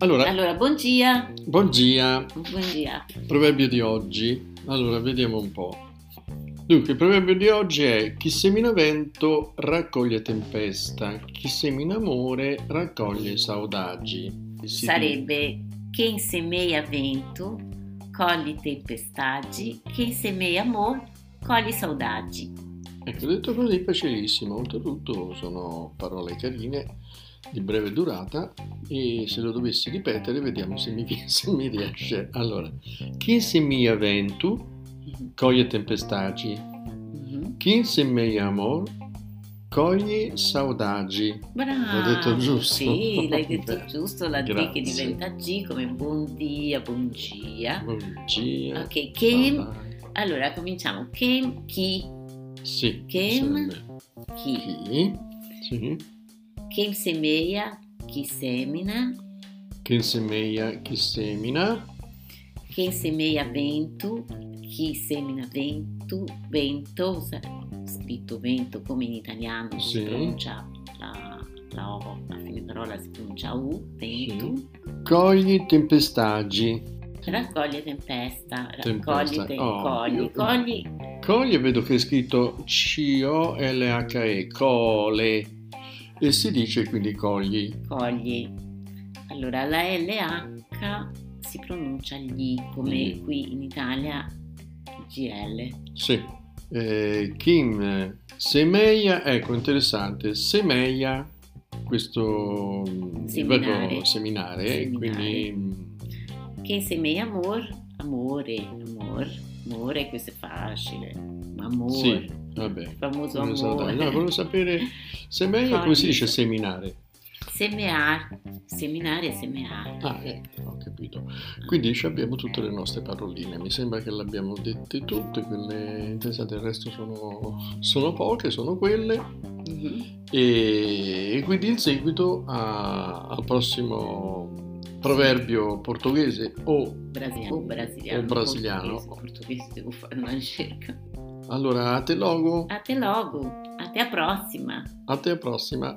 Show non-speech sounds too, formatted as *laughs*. Allora, Allora, buon dia. buon dia, Buon dia. proverbio di oggi. Allora, vediamo un po'. Dunque, il proverbio di oggi è chi semina vento raccoglie tempesta, chi semina amore raccoglie saudagi. E si Sarebbe quem semeia vento, colhe tempestade, quem semeia amor, colhe saudade. Ecco, detto così facilissimo, oltretutto sono parole carine di breve durata e se lo dovessi ripetere vediamo se mi, *laughs* se mi riesce. Allora, chi semia ventu coglie tempestagi, Mhm. chi semia amor coglie saudagi. Bravo. L'ho detto giusto? Sì, l'hai detto Beh, giusto, la D che grazie. diventa G come buon dia, buon dia. Mm, Bugia. Ok, quem. saudagi. Allora, cominciamo. Quem, chi, Sì. Chem. sarebbe chi. Chi? Sì. Quem semeia, chi semina. Chi semia, eh, chi semina. Quem semeia vento, chi semina vento, vento, sa- scritto vento come in italiano si Sì. pronuncia la, la O, la fine parola si pronuncia U, vento, Cogli tempestagi. raccoglie tempesta, raccoglie, Tempesta, te- oh, cogli, io- cogli, Coglie vedo che è scritto C-O-L-H-E, cole, e si dice quindi cogli. cogli. Allora la LH si pronuncia gli, come Gli. qui in Italia GL. Sì. Eh, Kim Semeia, ecco interessante, Semeia, questo mm, il Seminare. verbo seminare, Seminare. quindi mm, Quem semeia amor, amore, amor, é amore, questo è facile, Um amor, sì, vabbè. il famoso Non so, amore. dai, *laughs* no, volevo sapere semeia come si dice seminare. Semear, é seminare, semeare. Ah, ecco, ho capito. Quindi ci abbiamo tutte le nostre paroline, mi sembra che le abbiamo dette tutte, quelle interessate, il resto sono, sono poche, sono quelle. Mhm. E, e quindi in seguito a- al prossimo proverbio portoghese o Brasiliano, O- brasiliano. o brasiliano. Portoghese, portoghese, devo fare una ricerca. allora a te logo, Ah. Até logo, até a próxima. a te prossima.